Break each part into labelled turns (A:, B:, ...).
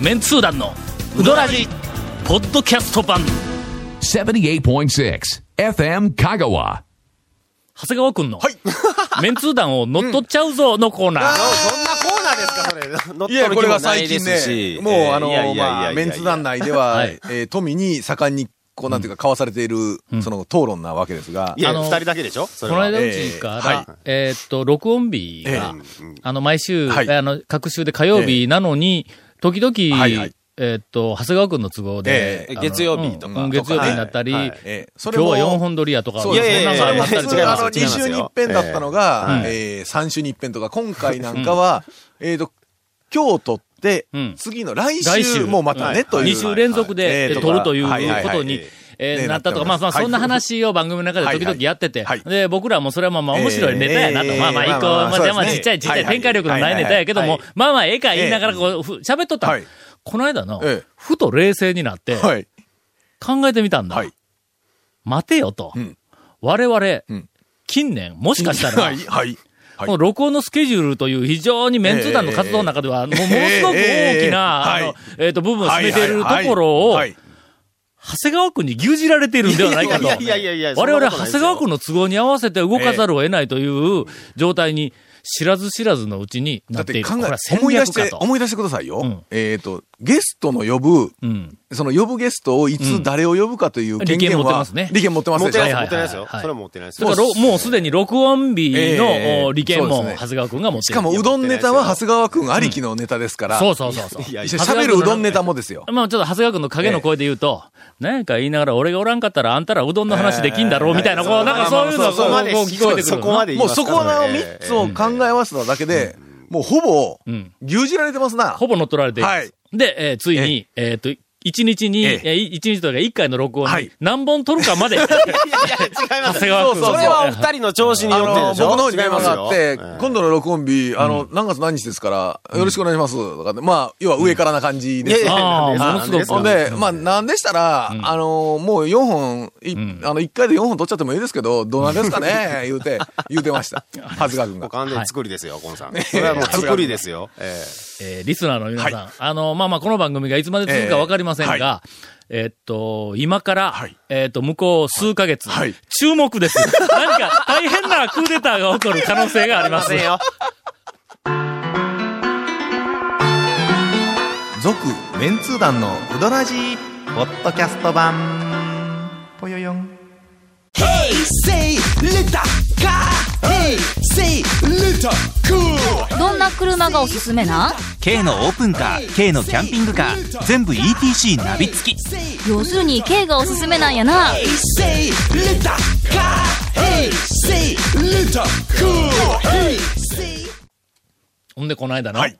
A: メンツー団のウドラジポッドキャスト版
B: 78.6 FM Kagawa.
A: 長谷川くんの、 メンツー団を乗っ取っちゃうぞのコーナー、
C: そんなコーナーですか、それ。乗っ
D: いや、
C: 取る
D: こ
C: 気
D: れ
C: も
D: が
C: な
D: 最
C: いで
D: 近
C: すし
D: ね、。もうあの
C: いやいや、いやいや
D: まあ、メンツ団内では
A: はい、
D: えー富に盛んに、こうなんていうか、交わされている、その討論なわけですが
C: い、や、
A: あの
C: 二人だけでしょそ
A: この
C: れは。
A: 間うちから、え
D: ええ
A: ーっと、録音日が、あの、毎週、
D: はい
A: あの、各週で火曜
D: え
A: 日なのに、時々、
D: はいはい
A: えーっと、長谷川くんの都合で
D: え、え
A: あの
C: 月曜日とか
A: うんうん月曜日になったり、
C: はいはい
D: えーそ
A: 今
D: れ
A: 日
D: も
A: は4本撮りやとか、
D: そ
A: そうう
D: です
A: い
D: ね
A: んなのがあったりと
D: 普通
C: いやいやいや
D: あ
A: か
D: の、
C: 違い
D: 2
C: ます
D: 週に
C: よ
D: 一遍だったのが、
A: え
D: えー、3週に一遍とか、今回なんかは、えっと、今日撮って
A: うん、
D: 次の来
A: 来週
D: 週もまた
C: は
D: ね、
C: い
D: という。
A: 2週連続
D: はい
A: で
D: え
A: え
D: ー
A: 撮るという
D: はは
A: こ
D: は
A: とに、え
D: え
A: ー
D: え
A: なったとか、まあまあ、
D: はい
A: そんな話を番組の中で時々やってて、
D: はいはい
A: で、僕らもそれはまあまあ面白いネタやなと、
D: ええ
A: まあまあ、
D: ええ
A: 一個、
D: まあま
A: ま
D: あ
A: あ、で
D: そう
A: も
D: です
A: ち
D: ね
A: っちゃいちっちゃ
D: はいいはい
A: 展開力のないネタやけども、
D: はいはい
A: まあまあ、ええか言いながらこう、ふ喋っとったら、
D: はい
A: この間の、
D: ええ
A: ふと冷静になって、
D: はい。
A: 考えてみたんだ。
D: はい。
A: 待てよと。
D: うん
A: 我々、
D: うん
A: 近年、もしかしたら、
D: はい。はい。はい
A: この録音のスケジュールという非常にメンツー団の活動の中では、もうものすごく大きな、
D: ええ
A: あ
D: ええ
A: の
D: はい
A: えっと、部分を占めていると
D: はいはいはい
A: ころを
D: は、い
A: 長谷川君に牛耳られているんではないかと。
C: いやいやいやいや
A: 我々、
C: そ
A: 長
C: んなことないです
A: 谷
C: よ
A: 川君の都合に合わせて動かざるを得ないという状態に、知らず知らずのうちにな
D: だ
A: っ
D: って
A: い
D: て
A: る。
D: 考
A: これは
D: え、
A: 戦
D: 思い出
A: 略
D: し
A: か
D: て、
A: と。
D: 思い出してくださいよ。
A: うん
D: えっ、と、ゲストの呼ぶ、
A: うん。
D: その呼ぶゲストをいつ誰を呼ぶかという権限
A: 利権持って
D: は、
A: ますね
D: 利権持ってます
C: 持っ
D: で
C: て
D: しょ
C: ないです、
A: はい
C: 持ってないですよ。
A: はい
C: それは持ってないです
A: だか
C: よ。
A: らろ、もうすでに録音日
D: え
A: の
D: え
A: お利権も、
D: そうで
A: 長
D: すね
A: 谷川君が持ってい
D: し
A: る。
D: かも、うどんネタは長谷川くんありきのネタですから、
A: そうそうそうそう。
C: いやいや
D: 喋るうどんネタもですよ。
A: まあちょっと長谷川君の影の声で言うと、何か言いながら俺がおらんかったらあんたらうどんの話できんだろうみたいな、こう、なんかそういうのがこうこう聞こえてくる
C: そこま
A: な。
C: で
D: もうそこの3つを考え合わせただけで、もうほぼ
A: ん、
D: 牛耳られてますな。
A: ほぼ乗っ取られている
D: はい
A: で、えーついに、えっと、一日に、
D: え
A: えー一日というか一回の録音
D: は
A: に
D: い
A: 何本取るか まで、
C: いやいや、違い
A: 長
C: ます
A: 谷
C: よ。
A: 川君
D: そう
C: そ
D: そう
C: れはお二人の調子に
D: あ
C: よって
D: の
C: で
D: 僕
C: しょ
D: の方に電話があって、
C: 違い
D: 今度の録音日、あの、何月何日ですから、よろしくお願いします、とかね。まあ、要は上からな感じですよ
C: いやいや
A: ああ、ものすごく。
D: ほんで、まあ、なんでしたら、あの、もう4本、いあの、1回で4本取っちゃってもいいですけど、どうなんですか ね言うて、言うてました。はずがくん
C: もう
D: が。
C: 完全に作りですよ、コンさん。それはもう作りですよ。え
A: えーリスナーの皆さん、あの、まあまあ、この番組がいつまで続くかわかりませんが、え
D: えーは
A: っと、今から、
D: はい
A: えっと、向こう数ヶ月、
D: はい
A: 注目 です。何か大変なクーデターが起こる可能性があります。
C: えよ。
D: 続、メンツー団のうどらじ
E: ポッドキャスト版ぽよよん
F: Say letter car. Hey, say letter cool.
G: どんな車がおすすめなん
H: K のオープンカー K のキャンピングカー全部 ETC ナビ付き
F: Say,
G: 要するに K がおすすめなんやな。
F: say letter car. Hey, say letter cool. Hey, say.
A: ほんで、この間の、
D: はい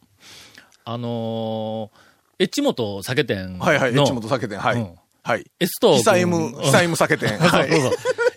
A: あのー、エッチ元酒店の、
D: はいはい、エッチ元酒店、は
A: うん
D: い。はい。
A: エスト君
D: 久 M、
A: うん
D: 久 M 酒店。
A: そ
D: は
A: うそうそう
D: い。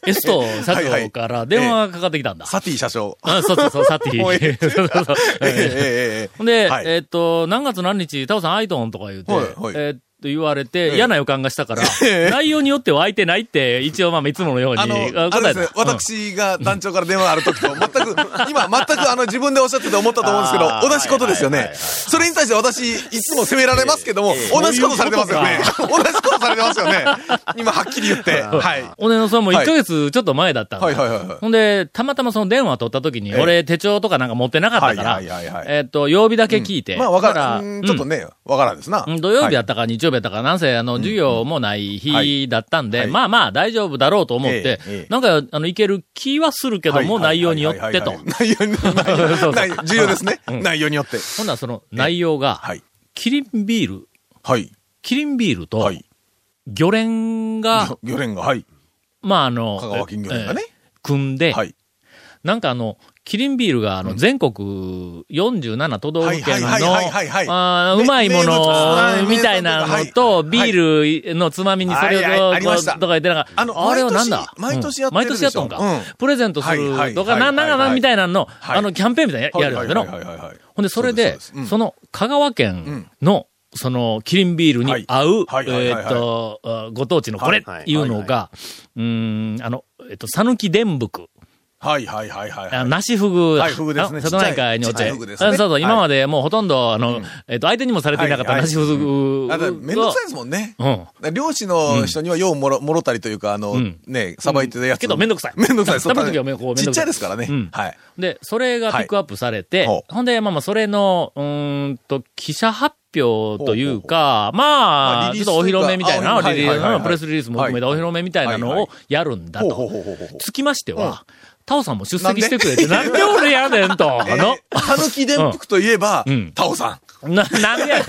A: エスト社
D: はいは
A: 長
D: い
A: から電話がかかってきたんだ。
D: サティ社長。
A: あそうそうそう、サティ。
D: もうえ え
A: そうそうそう
D: えええええ
A: ほんで、
D: はい
A: えーっと、何月何日、タオさんアイドンとか言うて、
D: はいはい
A: えーっと、言われて、
D: え
A: 嫌な予感がしたから、内容によっては空いてないって、一応まあ、いつものように、
D: あの、あれですね、私が団長から電話ある 時と、全く、今、全くあの、自分でおっしゃってて思ったと思うんですけど、
C: あー
D: 同じことですよ
C: はいは。
D: ね
C: いはい
D: それに対して私、いつも責められますけども、同じことされてますよね。 同じことされてますよね。今、はっきり 言って。はい。
A: おねのさんも
D: は
A: 1
D: い
A: ヶ月ちょっと前だったの
D: はいはいはいはい
A: ほんで、たまたまその電話取った時に、
D: ええ
A: 俺手帳とかなんか持ってなかったから、
D: はいはいはいはい
A: えっと、曜日だけ聞いて。
D: まあ、わか
A: だ
D: らん、ちょっとね、わからんですな
A: う。ん土曜日や
D: は
A: ったか日曜日やったか、なんせ、あの、授業もない日だったんで、
D: はいはい
A: まあまあ大丈夫だろうと思っ
D: え
A: て
D: えええ、
A: なんか、あの、いける気はするけ
D: い
A: ども、内容によっ
D: は
A: て
D: いは
A: と
D: い。はいはい内容に
A: そうそう
D: 内容重要ですね。内容によって。
A: ほんならその内容が、
D: はい。
A: キリンビール、
D: はい。
A: キリンビールと
D: は、い。
A: 魚連が、
D: 魚連が、はい。
A: まああの、
D: 香川金魚連がね
A: ええ。組んで、
D: はい。
A: なんかあの、キリンビールがあの、全国47都道府県の、
D: はいはいはいはいはい
A: あー
D: ね
A: うまいも
D: 名物あ
A: の、
D: ー
A: みたいなの
D: 名物
A: と、
D: はい
A: ビールのつまみにそれを
D: はいはい
A: こう
D: ありました
A: とか言ってなんか、
D: あの
A: あれはなんだ
D: 毎年
A: うん毎
D: 毎
A: 年
D: 年
A: や
D: や
A: っ
D: っ
A: とん
D: てるでしょ
A: か
D: う。
A: プレゼントす
D: はいは
A: る
D: い
A: とか、
D: はい
A: な、
D: はい
A: なんかな、みたいなの、
D: はい
A: あの、キャンペーンみたいなのややるんだけど
D: はいはいはいはいはい
A: ほんで、それで
D: そうですそうで、す
A: その、香川県の、その、キリンビールに合う、
D: はいはいはい
A: え
D: はいはい
A: ーっと、あご当地のこれっていうのが、うーん、あの、えっと、さぬき伝福。
D: はいはいはいはい
A: あ
D: は
A: の
D: い。
A: 梨フグ。
D: はいフグですね
A: あ瀬戸内海におっ
D: ちっち
A: て。あ
D: ゃい
A: そ
D: フグ
A: う
D: ですね
A: そう、今までもうほとんど、あの、えっと、相手にもされていなかった
D: はいはい
A: 梨フグを。
D: あと、めんどくさいですもんね。
A: うん。
D: 漁師の人にはようもろもろたりというか、あの
A: ん、
D: ね、さばいてるやつ。
A: けどめんどくさい
D: めんどくさい、そう
A: 食べる時はめこうめんどくさい
D: ちっちゃいですからね
A: うん。
D: はい。
A: で、それがピックアップされて、
D: いほ
A: ほんで、まあまあ、それの、うーんと、記者発表というか、ま
D: ま
A: あ、
D: あ
A: ちょっ
D: リリース
A: とお披露目みたいな、
D: あはい
A: リリース
D: はいはいはい
A: うんプレスリリースも含めたお披露目みたいな
D: はい
A: の
D: は
A: をやるんだ
D: ほうほう
A: と
D: ほうほうほう。
A: つきましては、タオさんも出
D: なん
A: 席し
D: で
A: てくれて、なんで俺やねんと、あ の、
D: たぬき伝服といえば
A: うん、
D: タオさん。
A: な、なんでやねん。
D: え、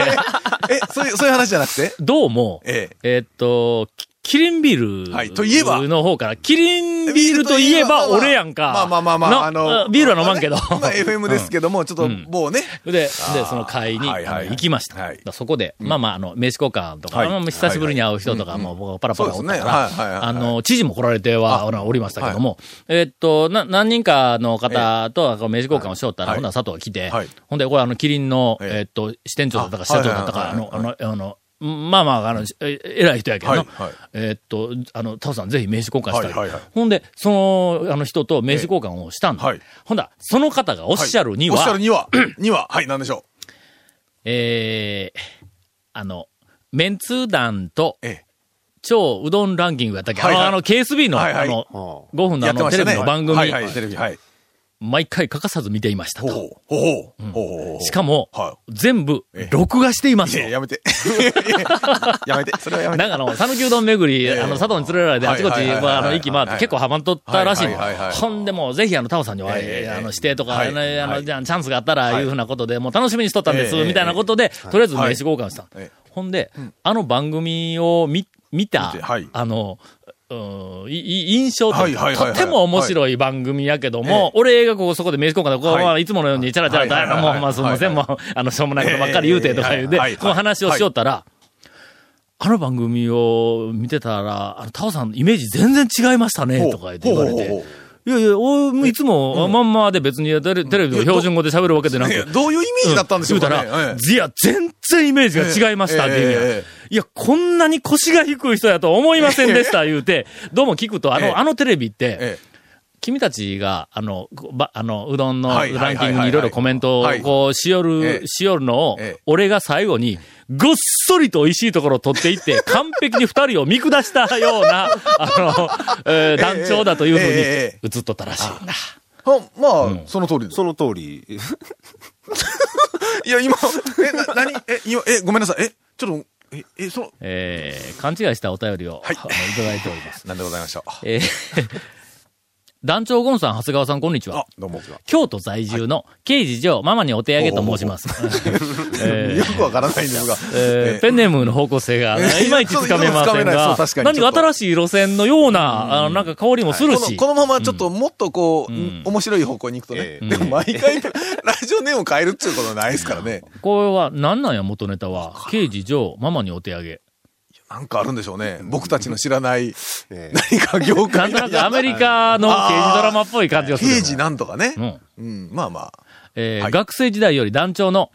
D: そういう、そういう話じゃなくて
A: どうも、
D: え
A: えーっと、キキリンビール。
D: はいといえば
A: の方から、キリンビールといえば俺やんか。
D: まあまあまあまあ、あ
A: な
D: の。
A: ビールは飲まんけ ど。
D: ま あ FM ですけども、ちょっと
A: ん
D: もうね。
A: で、で、その会に
D: はいはいはい
A: あの行きました。
D: はい
A: だからそこで、まあまあ、あの、名刺交換とか、
D: はい
A: まあまあ久しぶりに会う人とかも、僕はパラパラおったから、
D: そうですねはいはいはい
A: あの、知事も来られては、
D: あ
A: あのおりましたけども、えっと、な、何人かの方とはこう名刺交換をしよったら、
D: はい
A: ほんなら佐藤が来て、
D: はい
A: ほんで、これあの、キリンの、
D: ええ
A: えっと、支店長だったか、社長だったか、
D: は
A: あ
D: いはい
A: の、あの、あの、まあまあ、あの、え偉い人やけどな、
D: はいはい
A: えっと、あの、タオさんぜひ名刺交換したい。
D: はいはいはい
A: ほんで、その、あの人と名刺交換をしたんだ。
D: ええはい
A: ほんだら、その方がおっしゃるには、
D: おっしゃるには、 には、はい、なんでしょ
A: えー、あの、メンツー団と
D: う。ええ。
A: 超うどんランキングやったっけ、
D: はい
A: あ
D: はい
A: の、あの KSB の、
D: はいはい
A: あの
C: は、
A: 5分の
D: や
A: あ
D: って
A: の、
D: まし
A: テ
D: た
A: レビ
D: ね。
A: の番組、
D: はいはい、テレビ、はい。
A: 毎回欠かさず見ていました
D: ほう
A: と。
D: ほう、ほうほう、ほうほう。
A: しかも、
D: は
A: 全部
D: ええ、
A: 録画していま
D: い
A: す
D: や
A: と。
D: いや、や めて。やめて、それはや
A: な
D: め
A: ん
D: て。
A: かあの、讃岐うどん巡り、
D: ええ
A: あの、佐藤に連れられて、あちこち、
D: はいはいはいはい
A: まあ、あの、息回って結構ハマっとったらしいの
D: はいはいはいはい。
A: ほんでもう、ぜひ、あの、タオさんには、
D: ええ
A: あの、指定とか、
D: はい
A: あの、あの
D: はい
A: じゃあチャンスがあったら、いうふうなことで、もう楽しみにしとったんです、
D: ええ
A: みたいなことで、とりあえず名刺交換したの
D: ええ
A: ほんで、あの番組を見、見た
D: 見てはい、
A: あの、うんいい印象と
D: はいいうはい
A: か、
D: はいは
A: と
D: い
A: ても面白い番組やけども、俺がここそこで名刺交換で、こう、
D: はい
A: まあいつものようにチャラチャラチャラ、
D: はい
A: も、
D: はいう
A: まあすみません、
D: は
A: も、
D: いう
A: あの、しょうもないことばっかり言うて、とか言う
D: え
A: で
D: えはいは、い
A: この話をしよったら、あの番組を見てたら、あの、タオさんのイメージ全然違いましたね、とか言って言われ
D: ほうほうほ
A: て。いやいや、おいつも、まんまで別にテレテレビの標準語で喋るわけでなく
D: いや、どういうイメージだったんでしょうかね
A: 言うたら、
D: え
A: いや、全然イメージが違いましたっていう、
D: えええええ
A: いや、こんなに腰が低い人やと思いませんでした、言うて、どうも聞くと、あの、
D: ええ
A: あのテレビって、
D: え
A: 君たちが、あの、こば、あの、うどんのラ
D: は
A: ン
D: いはい
A: キ
D: はいはい
A: ングにいろいろコメントを
D: はい、
A: こう、しよ
D: え
A: る、
D: え
A: しよるのを
D: ええ、
A: 俺が最後に、ごっそりと美味しいところを取っていって、完璧に二人を見下したよう な、あの、えー団長だというふ
D: えええ
A: うに、映っとったらしいんだ。
D: え。はまあ、その通りです。
C: その通り。
D: いや、今、え、な、何 え、今、え、ごめんなさい。え、ちょっと、え、え、その、
A: えー勘違いしたお便りを、あのいただいております。
D: なんでございましょう。
A: えー 団長ゴンさん、長谷川さん、こんにちは
D: あ。、どうも。
A: 京都在住の、刑事上、ママにお手上げと申します。えー
D: よくわからないんですが。
A: えーペンネームの方向性が、
D: え
A: いまいちつかめま
D: そう
A: せん
D: いまいちつかめないそ
A: が
D: う確か、に
A: 何
D: ちょ
A: か
D: っと
A: 新しい路線のような、あの、なんか香りもするし
D: こ。のこのままちょっともっとこう、
A: ん
D: 面白い方向に行くとね
C: え、
D: でも毎回ラジオネームを変えるっていうことはないですからね。
A: これは、なんなんや、元ネタは。刑事上、ママにお手上げ。
D: なんかあるんでしょうね。僕たちの知らない
C: え
D: 何か業
A: な
D: 界
A: んとなくアメリカの刑事ドラマっぽい感じがする。
D: 刑事なんとかね
A: う。ん。
D: うん、まあまあ。
A: えー
D: はい
A: 学生時代より団長の、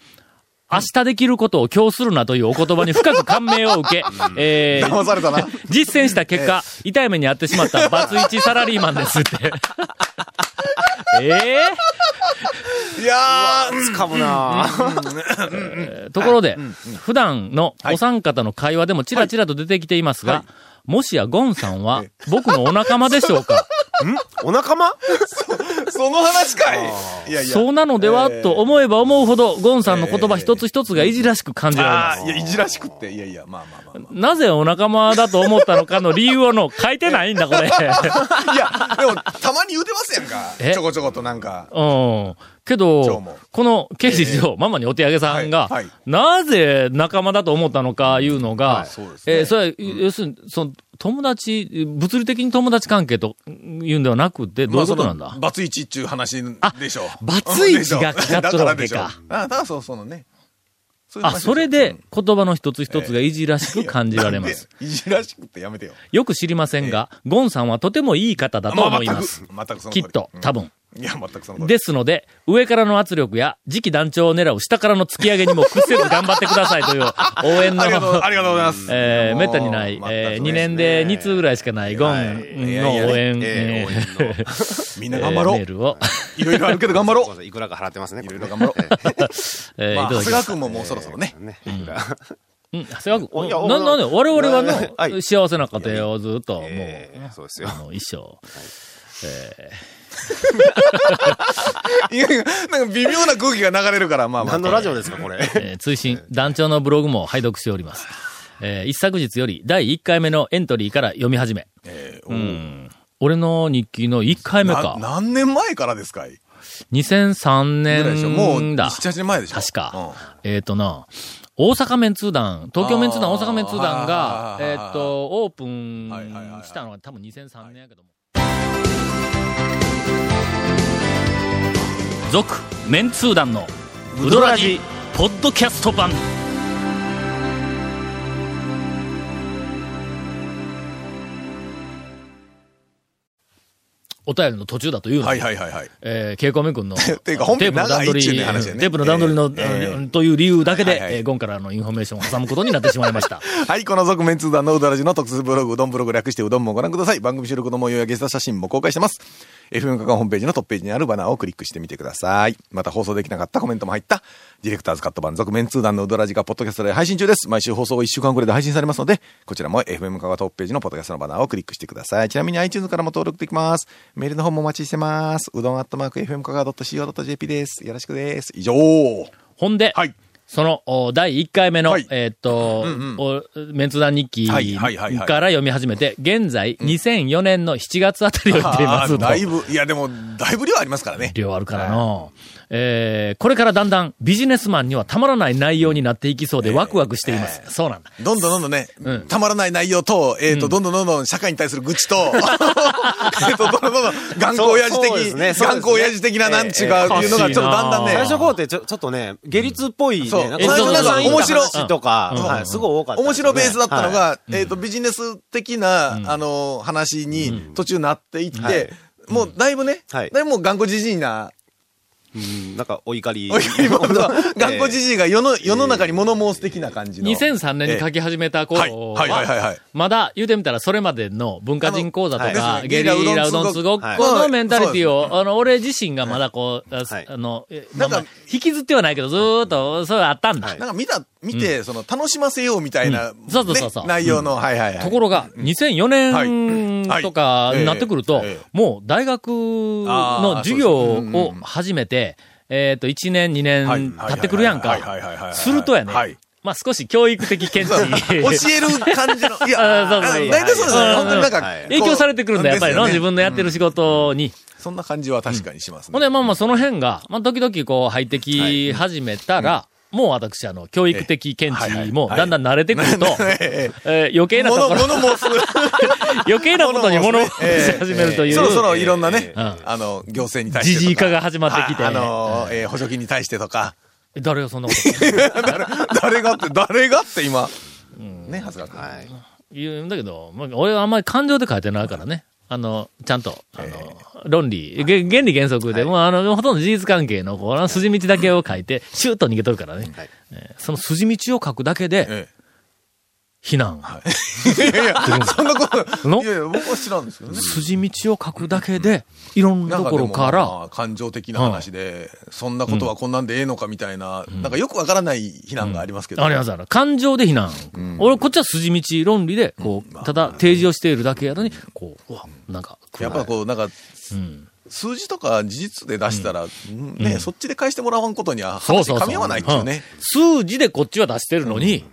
A: 明日できることを今日するなというお言葉に深く感銘を受け、えー
D: 騙されたな。
A: 実践した結果、痛い目に遭ってしまったバツイチサラリーマンです って。ええ
D: いやー、
C: つかむなぁ
A: ところで、普段のお三方の会話でもちらちらと出てきていますが、もしやゴンさんは僕のお仲間でしょう か
C: お仲間
D: その話かいいやいや。
A: そうなのでは、
D: えー
A: と思えば思うほど、ゴンさんの言葉一つ一つがいじらしく感じら
D: あ
A: れま
D: あ、い
A: す。
D: や、いじらしくって。いやいや、まあまあまあま
A: なぜお仲間だと思ったのかの理由をの書いてないんだ、これ。
D: あ。いや、でも、たまに言うてますやんか
A: え。
D: ちょこちょことなんか。
A: うん。け
D: 今
A: ど
D: 日も、
A: この刑事上、ママにお手上げさんが、
D: はいはい
A: なぜ仲間だと思ったのかいうのが、
D: そうですね
A: えーそれは、要するに、その、友達、物理的に友達関係というんではなくて、どういうことなんだ、
D: まあそのバツイチっちゅう話でしょう。
A: バツイ チがかかっとるわけか
D: だらでしょうあだからそう、そのね。そ
A: あ、それで言葉の一つ一つがいじらしく感じられます。。
D: いじらしくってやめてよ。
A: よく知りませんが、ゴンさんはとてもいい方だと思います。
D: 全くその通
A: き
D: り
A: っと、多分。
D: いや、全くそのこと。
A: ですので、上からの圧力や次期団長を狙う下からの突き上げにも屈せず頑張ってくださいという応援の
D: ありがとう、ありがとうございます。
A: えー、
D: もう
A: めったにない、えー、2年で2通ぐらいしかないゴンの応
D: いやいや
A: 援、え
D: えー応
A: ー
D: 援のみんな頑張
A: え
D: ろ
A: ーメー
D: う。
A: ルを、
D: いろいろあるけど頑 張ろう。
I: いくらか払ってますね。いろいろ
D: 頑張ろう。
A: えー、
D: まあ、
A: いただ
D: 長谷
A: きま
D: 川
A: す。
D: 君ももうそろそろね。
I: ね。いくら。
A: うん、長谷
I: いや
A: 川
I: お
A: 君。な、なんで、我々は
I: なは
A: の、
I: い
A: 幸せな家庭をずっと、もう、
I: えーそうですよ
A: あ。の、一生。
D: いやいや、なんか微妙な空気が流れるから、まあまあ。
I: 何のラジオですか、これ。
A: えー追伸、団長のブログも拝読しております。えー一昨日より第1回目のエントリーから読み始め。うん俺の日記の1回目
D: な
A: か。
D: 何年前からですかい
A: 2003
D: ぐらいでしょもう、
A: 年
D: 7、
A: だ。
D: 8年前でしょ
A: 確か。えっ、とな、大阪メンツー団、東京メンツー団、
D: あ
A: 大
D: ー
A: 阪メンツー団が
D: は、いは
A: え
D: いはい
A: っ、
D: はい
A: と、オープ
D: はいはいは
A: ン
D: い
A: したのが多分2003年やけども。続、メンツー団の、ウドラジ、ポッドキャスト版。お便りの途中だという
D: うん
A: の
D: は
A: に
D: いはいはいはい。
A: えー、ケイコメ 君の、
D: ていうか本編
A: テープの段取り、
D: 長いっちゅうね話やね
A: テープの段取りの、
D: えーえー
A: うんという理由だけで、
D: はいはい
A: えーゴンからのインフォメーションを挟むことになってしまいました。
D: はい、この続面通談のうどらじの特設ブログ、うどんブログ略してうどんもご覧ください。番組収録の模様やゲスト写真も公開してます。FM カカホームページのトップページにあるバナーをクリックしてみてください。また放送できなかったコメントも入った、ディレクターズカット版続面通談のうどらじがポッドキャストで配信中です。毎週放送1週間くらいで配信されますので、こちらも FM カカトップページのポッドキャストのバナーをクリックしてください。ちなみに iTunes からも登録できます。メールの方もお待ちしてます。うどんアットマーク FM カカ .co.jp です。よろし くです。以上。
A: ほんで、
D: はい
A: その、お第1回目の、
D: はい
A: えーっと、おメンツ団日記か
D: は
A: ら
D: いはいはいはい
A: 読み始めて、現在、2004年の7月あたりを言っていま
D: あー
A: す。
D: だいぶ、いやでも、だいぶ量ありますからね。
A: 量あるからの、えーこれからだんだんビジネスマンにはたまらない内容になっていきそうでワクワクしています。そうなんだ。
D: どんどんどんどんね、たまらない内容と、えっ、と、どんどんどんどん社会に対する愚痴と、えっと、どんどんどんどん頑固親父
I: そうそうで
D: 的、
I: すねそうですね
D: 頑固親父的ななんちゅうか、
I: え
D: っていうのがちょっとだんだんね、
I: 最初工程、ちょちょっとね、下律っぽいね。
D: そう
I: なん
D: え
I: か
A: そう
I: なんか
A: そう
I: 面白い
D: 面白
I: 話とか、
A: うん
I: はいすごい多かった。
D: 面白ベースだったの
I: はい、
D: が、えっ、と、ビジネス的な、あの、話に途中なっていって、
I: はい
D: もうだいぶね、
I: はい
D: だいぶもう頑固じじいな、
I: うんなんかお怒り。
D: お今度は頑固じ
I: え
D: じいが世の世の中に物申す的な感じの。
A: 2003年に書き始めた頃
D: はい、
A: は、
D: はいはいはいはい。
A: まだ言うてみたらそれまでの文化人講座と
I: あの
A: か、
D: はい
A: ゲリラうどんつごっこのメンタリティを、あの、俺自身がまだこう、あ
I: はい
A: あの、えま
D: な
A: あ
D: んか
A: まあ引きずってはないけど、ずーっと、それはあったんだ。
I: はい
D: なんか見た、見て、その、楽しませようみたいな、
A: うんそうそうそうそう
D: ね内容の、はいはいはい。
A: ところが、2004
D: は
A: 年
D: い
A: とか
D: はい
A: になってくると
D: ええええ、
A: もう大学の授業を始めて、えっと、1年、2年経ってくるやん
D: はいはいはいはいはいはいはい
A: か
D: は。い
A: するとやね
D: はい、
A: まあ少し教育的見地。
D: そ う教える感じの。い
A: あ
D: や、
A: そうそうそう
D: あの大体そうです
A: う
D: ね。
A: ん
D: 本当になんか、
I: はい
A: 影響されてくるんだ、やっぱりの、自分のやって
D: る。
A: る仕事に。
D: そんな感じは確かにします
A: ほん
D: ね。
A: で、まあまあ、その辺が、まあ、時々こう、入ってき始めたら、もう私、あの、教育的見地も、だんだん慣れてくると、
D: え
A: えー余計
D: え
A: なと
D: 物、
A: ころ、
D: 物もすぐ。
A: 余計なことに物をし
D: え え
A: 始めるとい、
D: そろそうろいろんなね、
A: うん
D: あの、行政に対してと
A: じ
D: か。
A: じい化が始まってきて、
D: ああのー、えー補助金に対してとか。
A: 誰がそんなこと
D: 誰誰がって、誰がって今。ね、はずが君。
I: はい
A: 言うんだけど、まあ、俺はあんまり感情で書いてないからね。あの、ちゃんと、あの、論理、げ原理原則で、もうあの、ほとんど事実関係の、こうあの、筋道だけを書いて、シューッと逃げとるからね。
I: はい
A: えーその筋道を書くだけで、
D: え
A: 非難。
D: えいやいや、そんなこ と。
A: の
D: いやいや、僕は知らんですけどね。
A: 筋道を書くだけで、いろんな
D: な
A: と
D: んか
A: こ
D: で
A: ろ
D: も
A: か
D: ま
A: ら、
D: あ感情的な話で、そんなことはこんなんでええのかみたいな、なんかよくわからない非難がありますけど。
A: ありますあの感情で非難。俺、こっちは筋道論理で、こう、ただ提示をしているだけやのに、こう、うわ、なんか、
D: やっぱこう、なんか、
A: うん、
D: 数字とか事実で出したら、うんね、そっちで返してもらわんことには
A: そう
D: 話
A: そうそ
D: 噛
A: う。
D: み合わないですよね。
A: うん数字でこっちは出してるのに、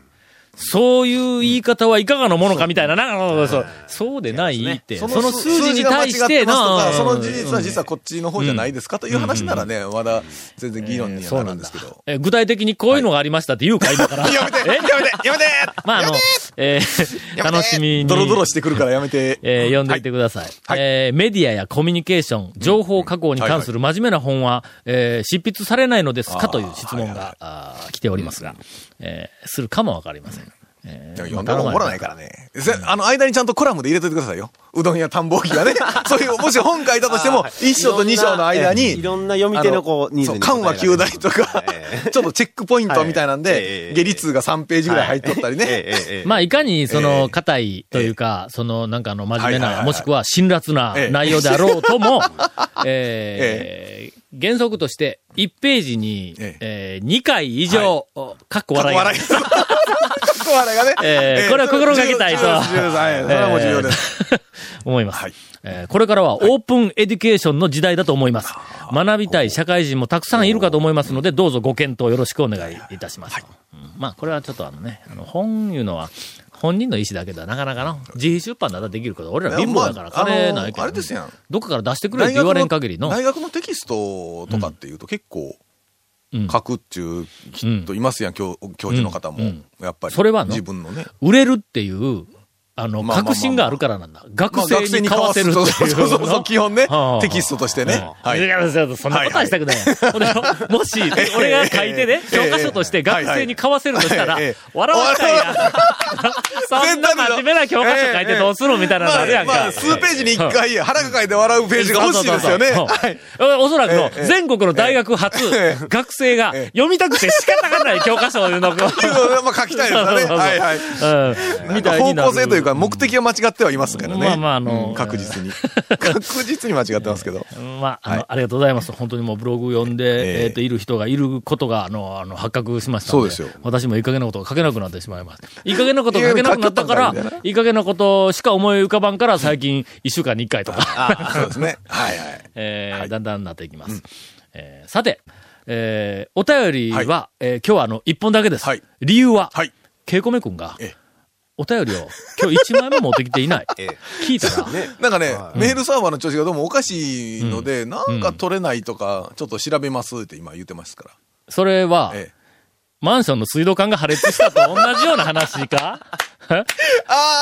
A: そういう言い方はいかがのものかみたいな、なんか、そうそうでないって、その数字に対して
D: な
A: な、
D: その事実は実はこっちの方じゃないですかという話ならね、まだ全然議論にはなるんですけど。
A: えー具体的にこういうのがありましたって言うか、今から。
D: やめてやめてやめて
A: まあ、あの、えー
D: やめて
A: 楽しみに。
D: ドロドロしてくるからやめて。
A: えー読んでいてください。
D: はい
A: えーメディアやコミュニケーション、情報加工に関する真面目な本は、えー執筆されないのですかという質問が、あー来ておりますが、えーするかもわかりません。えー
D: でも読んだらおもろないからね。せあの、間にちゃんとコラムで入れといてくださいよ。うどんや田んぼ機がね。 そういう、もし本書いたとしても、一章と二章の間に、
I: いろんな読み手のこう
D: あ
I: ニーズ
D: そう、
I: に応えられ
D: 緩
I: る
D: 和9大 とか、 ちょっとチェックポイントみたいなん
I: はい
D: で
I: え、え
D: 下痢通が3ページぐらい入っとったりね。
I: ええええ
A: まあ、いかに、そ
D: え
A: の、
D: え
A: 硬いというか、その、なんかあの、真面目
D: はいはいはいは
A: な、
D: い
A: もしくは辛辣な
D: ええ
A: 内容であろうとも、 えー原則として、1ページに、
D: え
A: えー2回以上、かっこ笑いが。
D: かっこ笑い。かっこ笑いがね。
A: ええこれは心がけたいと
D: 重要です重要ですはいそれはもう重要です。
A: 思います。
D: はい
A: えーこれからはオープンエデュケーションの時代だと思います。学びたい社会人もたくさんいるかと思いますので、どうぞご検討よろしくお願いいたします。うんまあ、これはちょっとあのね、あの本いうのは、本人の意思だけではなかなかの、自費出版だったらできるけど、俺ら貧乏だから
D: いやまあ
A: 金ないけど、
D: あのあれですやん
A: どっかから出してくれって言われん限りの、
D: 大学のテキストとかっていうと結構、
A: うん
D: 書くっちゅう、きっといますやん、教教授の方
A: う
D: も
A: ん。
D: やっぱり。
A: それはの
D: 自分のね。
A: 売れるっていう、あの、
D: まあまあまあまあ
A: 確信があるからなんだ。
D: まあ
A: 学生に買わせるっていうの。
D: そうそうそうそう、基本ね
A: はあ。
D: テキストとしてね。
A: は。
D: はいい。
A: だからそんなことはしたくない。俺もし、俺が書いてね、教科書として学生に買わせるとしたら
D: はいはい、
A: 笑わしたいやん。 そんな真面目な教科書書いてどうするみたいなのあるやん
D: まあま
A: か
D: あ、。数ページに一回腹抱えて笑うページが欲しいですよね。
A: そうそう
D: は
A: そう
D: い。
A: そうおそらくの
D: ええ
A: 全国の大学初、学生が読みたくて仕方がない教科書の、うん
D: っていうのをまあ書きたいで すよね。はいはい。
A: みたいになる
D: 方向性というか目的は間違ってはいますからね。
A: まあまああの
D: うん確 実に。確実に間違ってますけど。
A: まあ、あの、ありがとうございます。本当にもうブログ読んで、え
D: ええ
A: っ、と、いる人がいることが、あの、あの、発覚しましたので。
D: そうですよ
A: 私もいい加減なことが書けなくなってしまいます。いい加減なことが書けなくなったか
D: いい加減書けたん
A: ら
D: かい、
A: いい加減なことしか思い浮かばんから、最近、一週間に一回とか、
D: そうですね。はいはい。
A: えー
D: はい
A: だんだんなっていきます。えーさて、えーお便りは、えー今日はあの、一本だけです。
D: はい
A: 理由は、
D: はい。
A: ケイコメ君が
D: ええ、
A: お便りを今日一枚も持ってきてい ない。聞いたら、
D: なんかね、メールサーバーの調子がどうもおかしいので、なんか取れないとか、ちょっと調べますって今言ってますか
A: それは
D: ら。、ええ
A: マンションの水道管が破裂したと同じような話 か
D: あ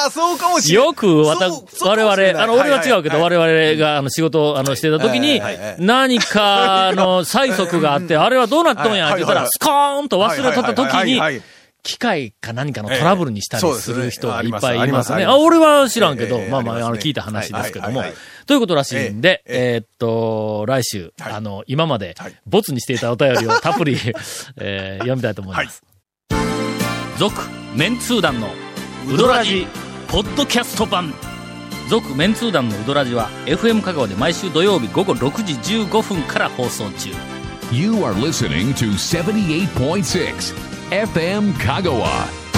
D: あ、そうかもしれない。
A: よくわた
D: そうそうかもし
A: 我
D: れな
A: 々、
D: い
A: あの、俺は違うけど、
D: はいはい
A: 我々があの仕事をあのしてた時に
D: はいはいはい、
A: 何かの催促があって、あれはどうなっとんやって言った
D: は
A: ら、
D: い
A: スコーンと忘れとった時
D: はいはいはいはい
A: に
D: は、い
A: 機械か何かのトラブルにした
D: ええ
A: り
D: そうですすね
A: る人が
D: あ
A: いっ
D: ります
A: ぱいいますね。
D: あり
A: あ、
D: ます
A: 俺は知らんけど
D: えええ、え
A: まあまあ、
D: あり
A: あ
D: ます
A: の、
D: ね
A: 聞いた話ですけども
D: はいはいはい。
A: ということらしいんで、
D: ええ
A: えーっと、来週、
D: はい
A: あの、今まで
D: はい、
A: ボツにしていたお便りをたっぷ り、えー読みたいと思います。続、メンツー団の、ウドラジ、ポッドキャスト版。続メンツー団のウドラジは FM 香川で毎週土曜日午後6時15分から放送中
B: You are listening to 78.6 FM Kagawa.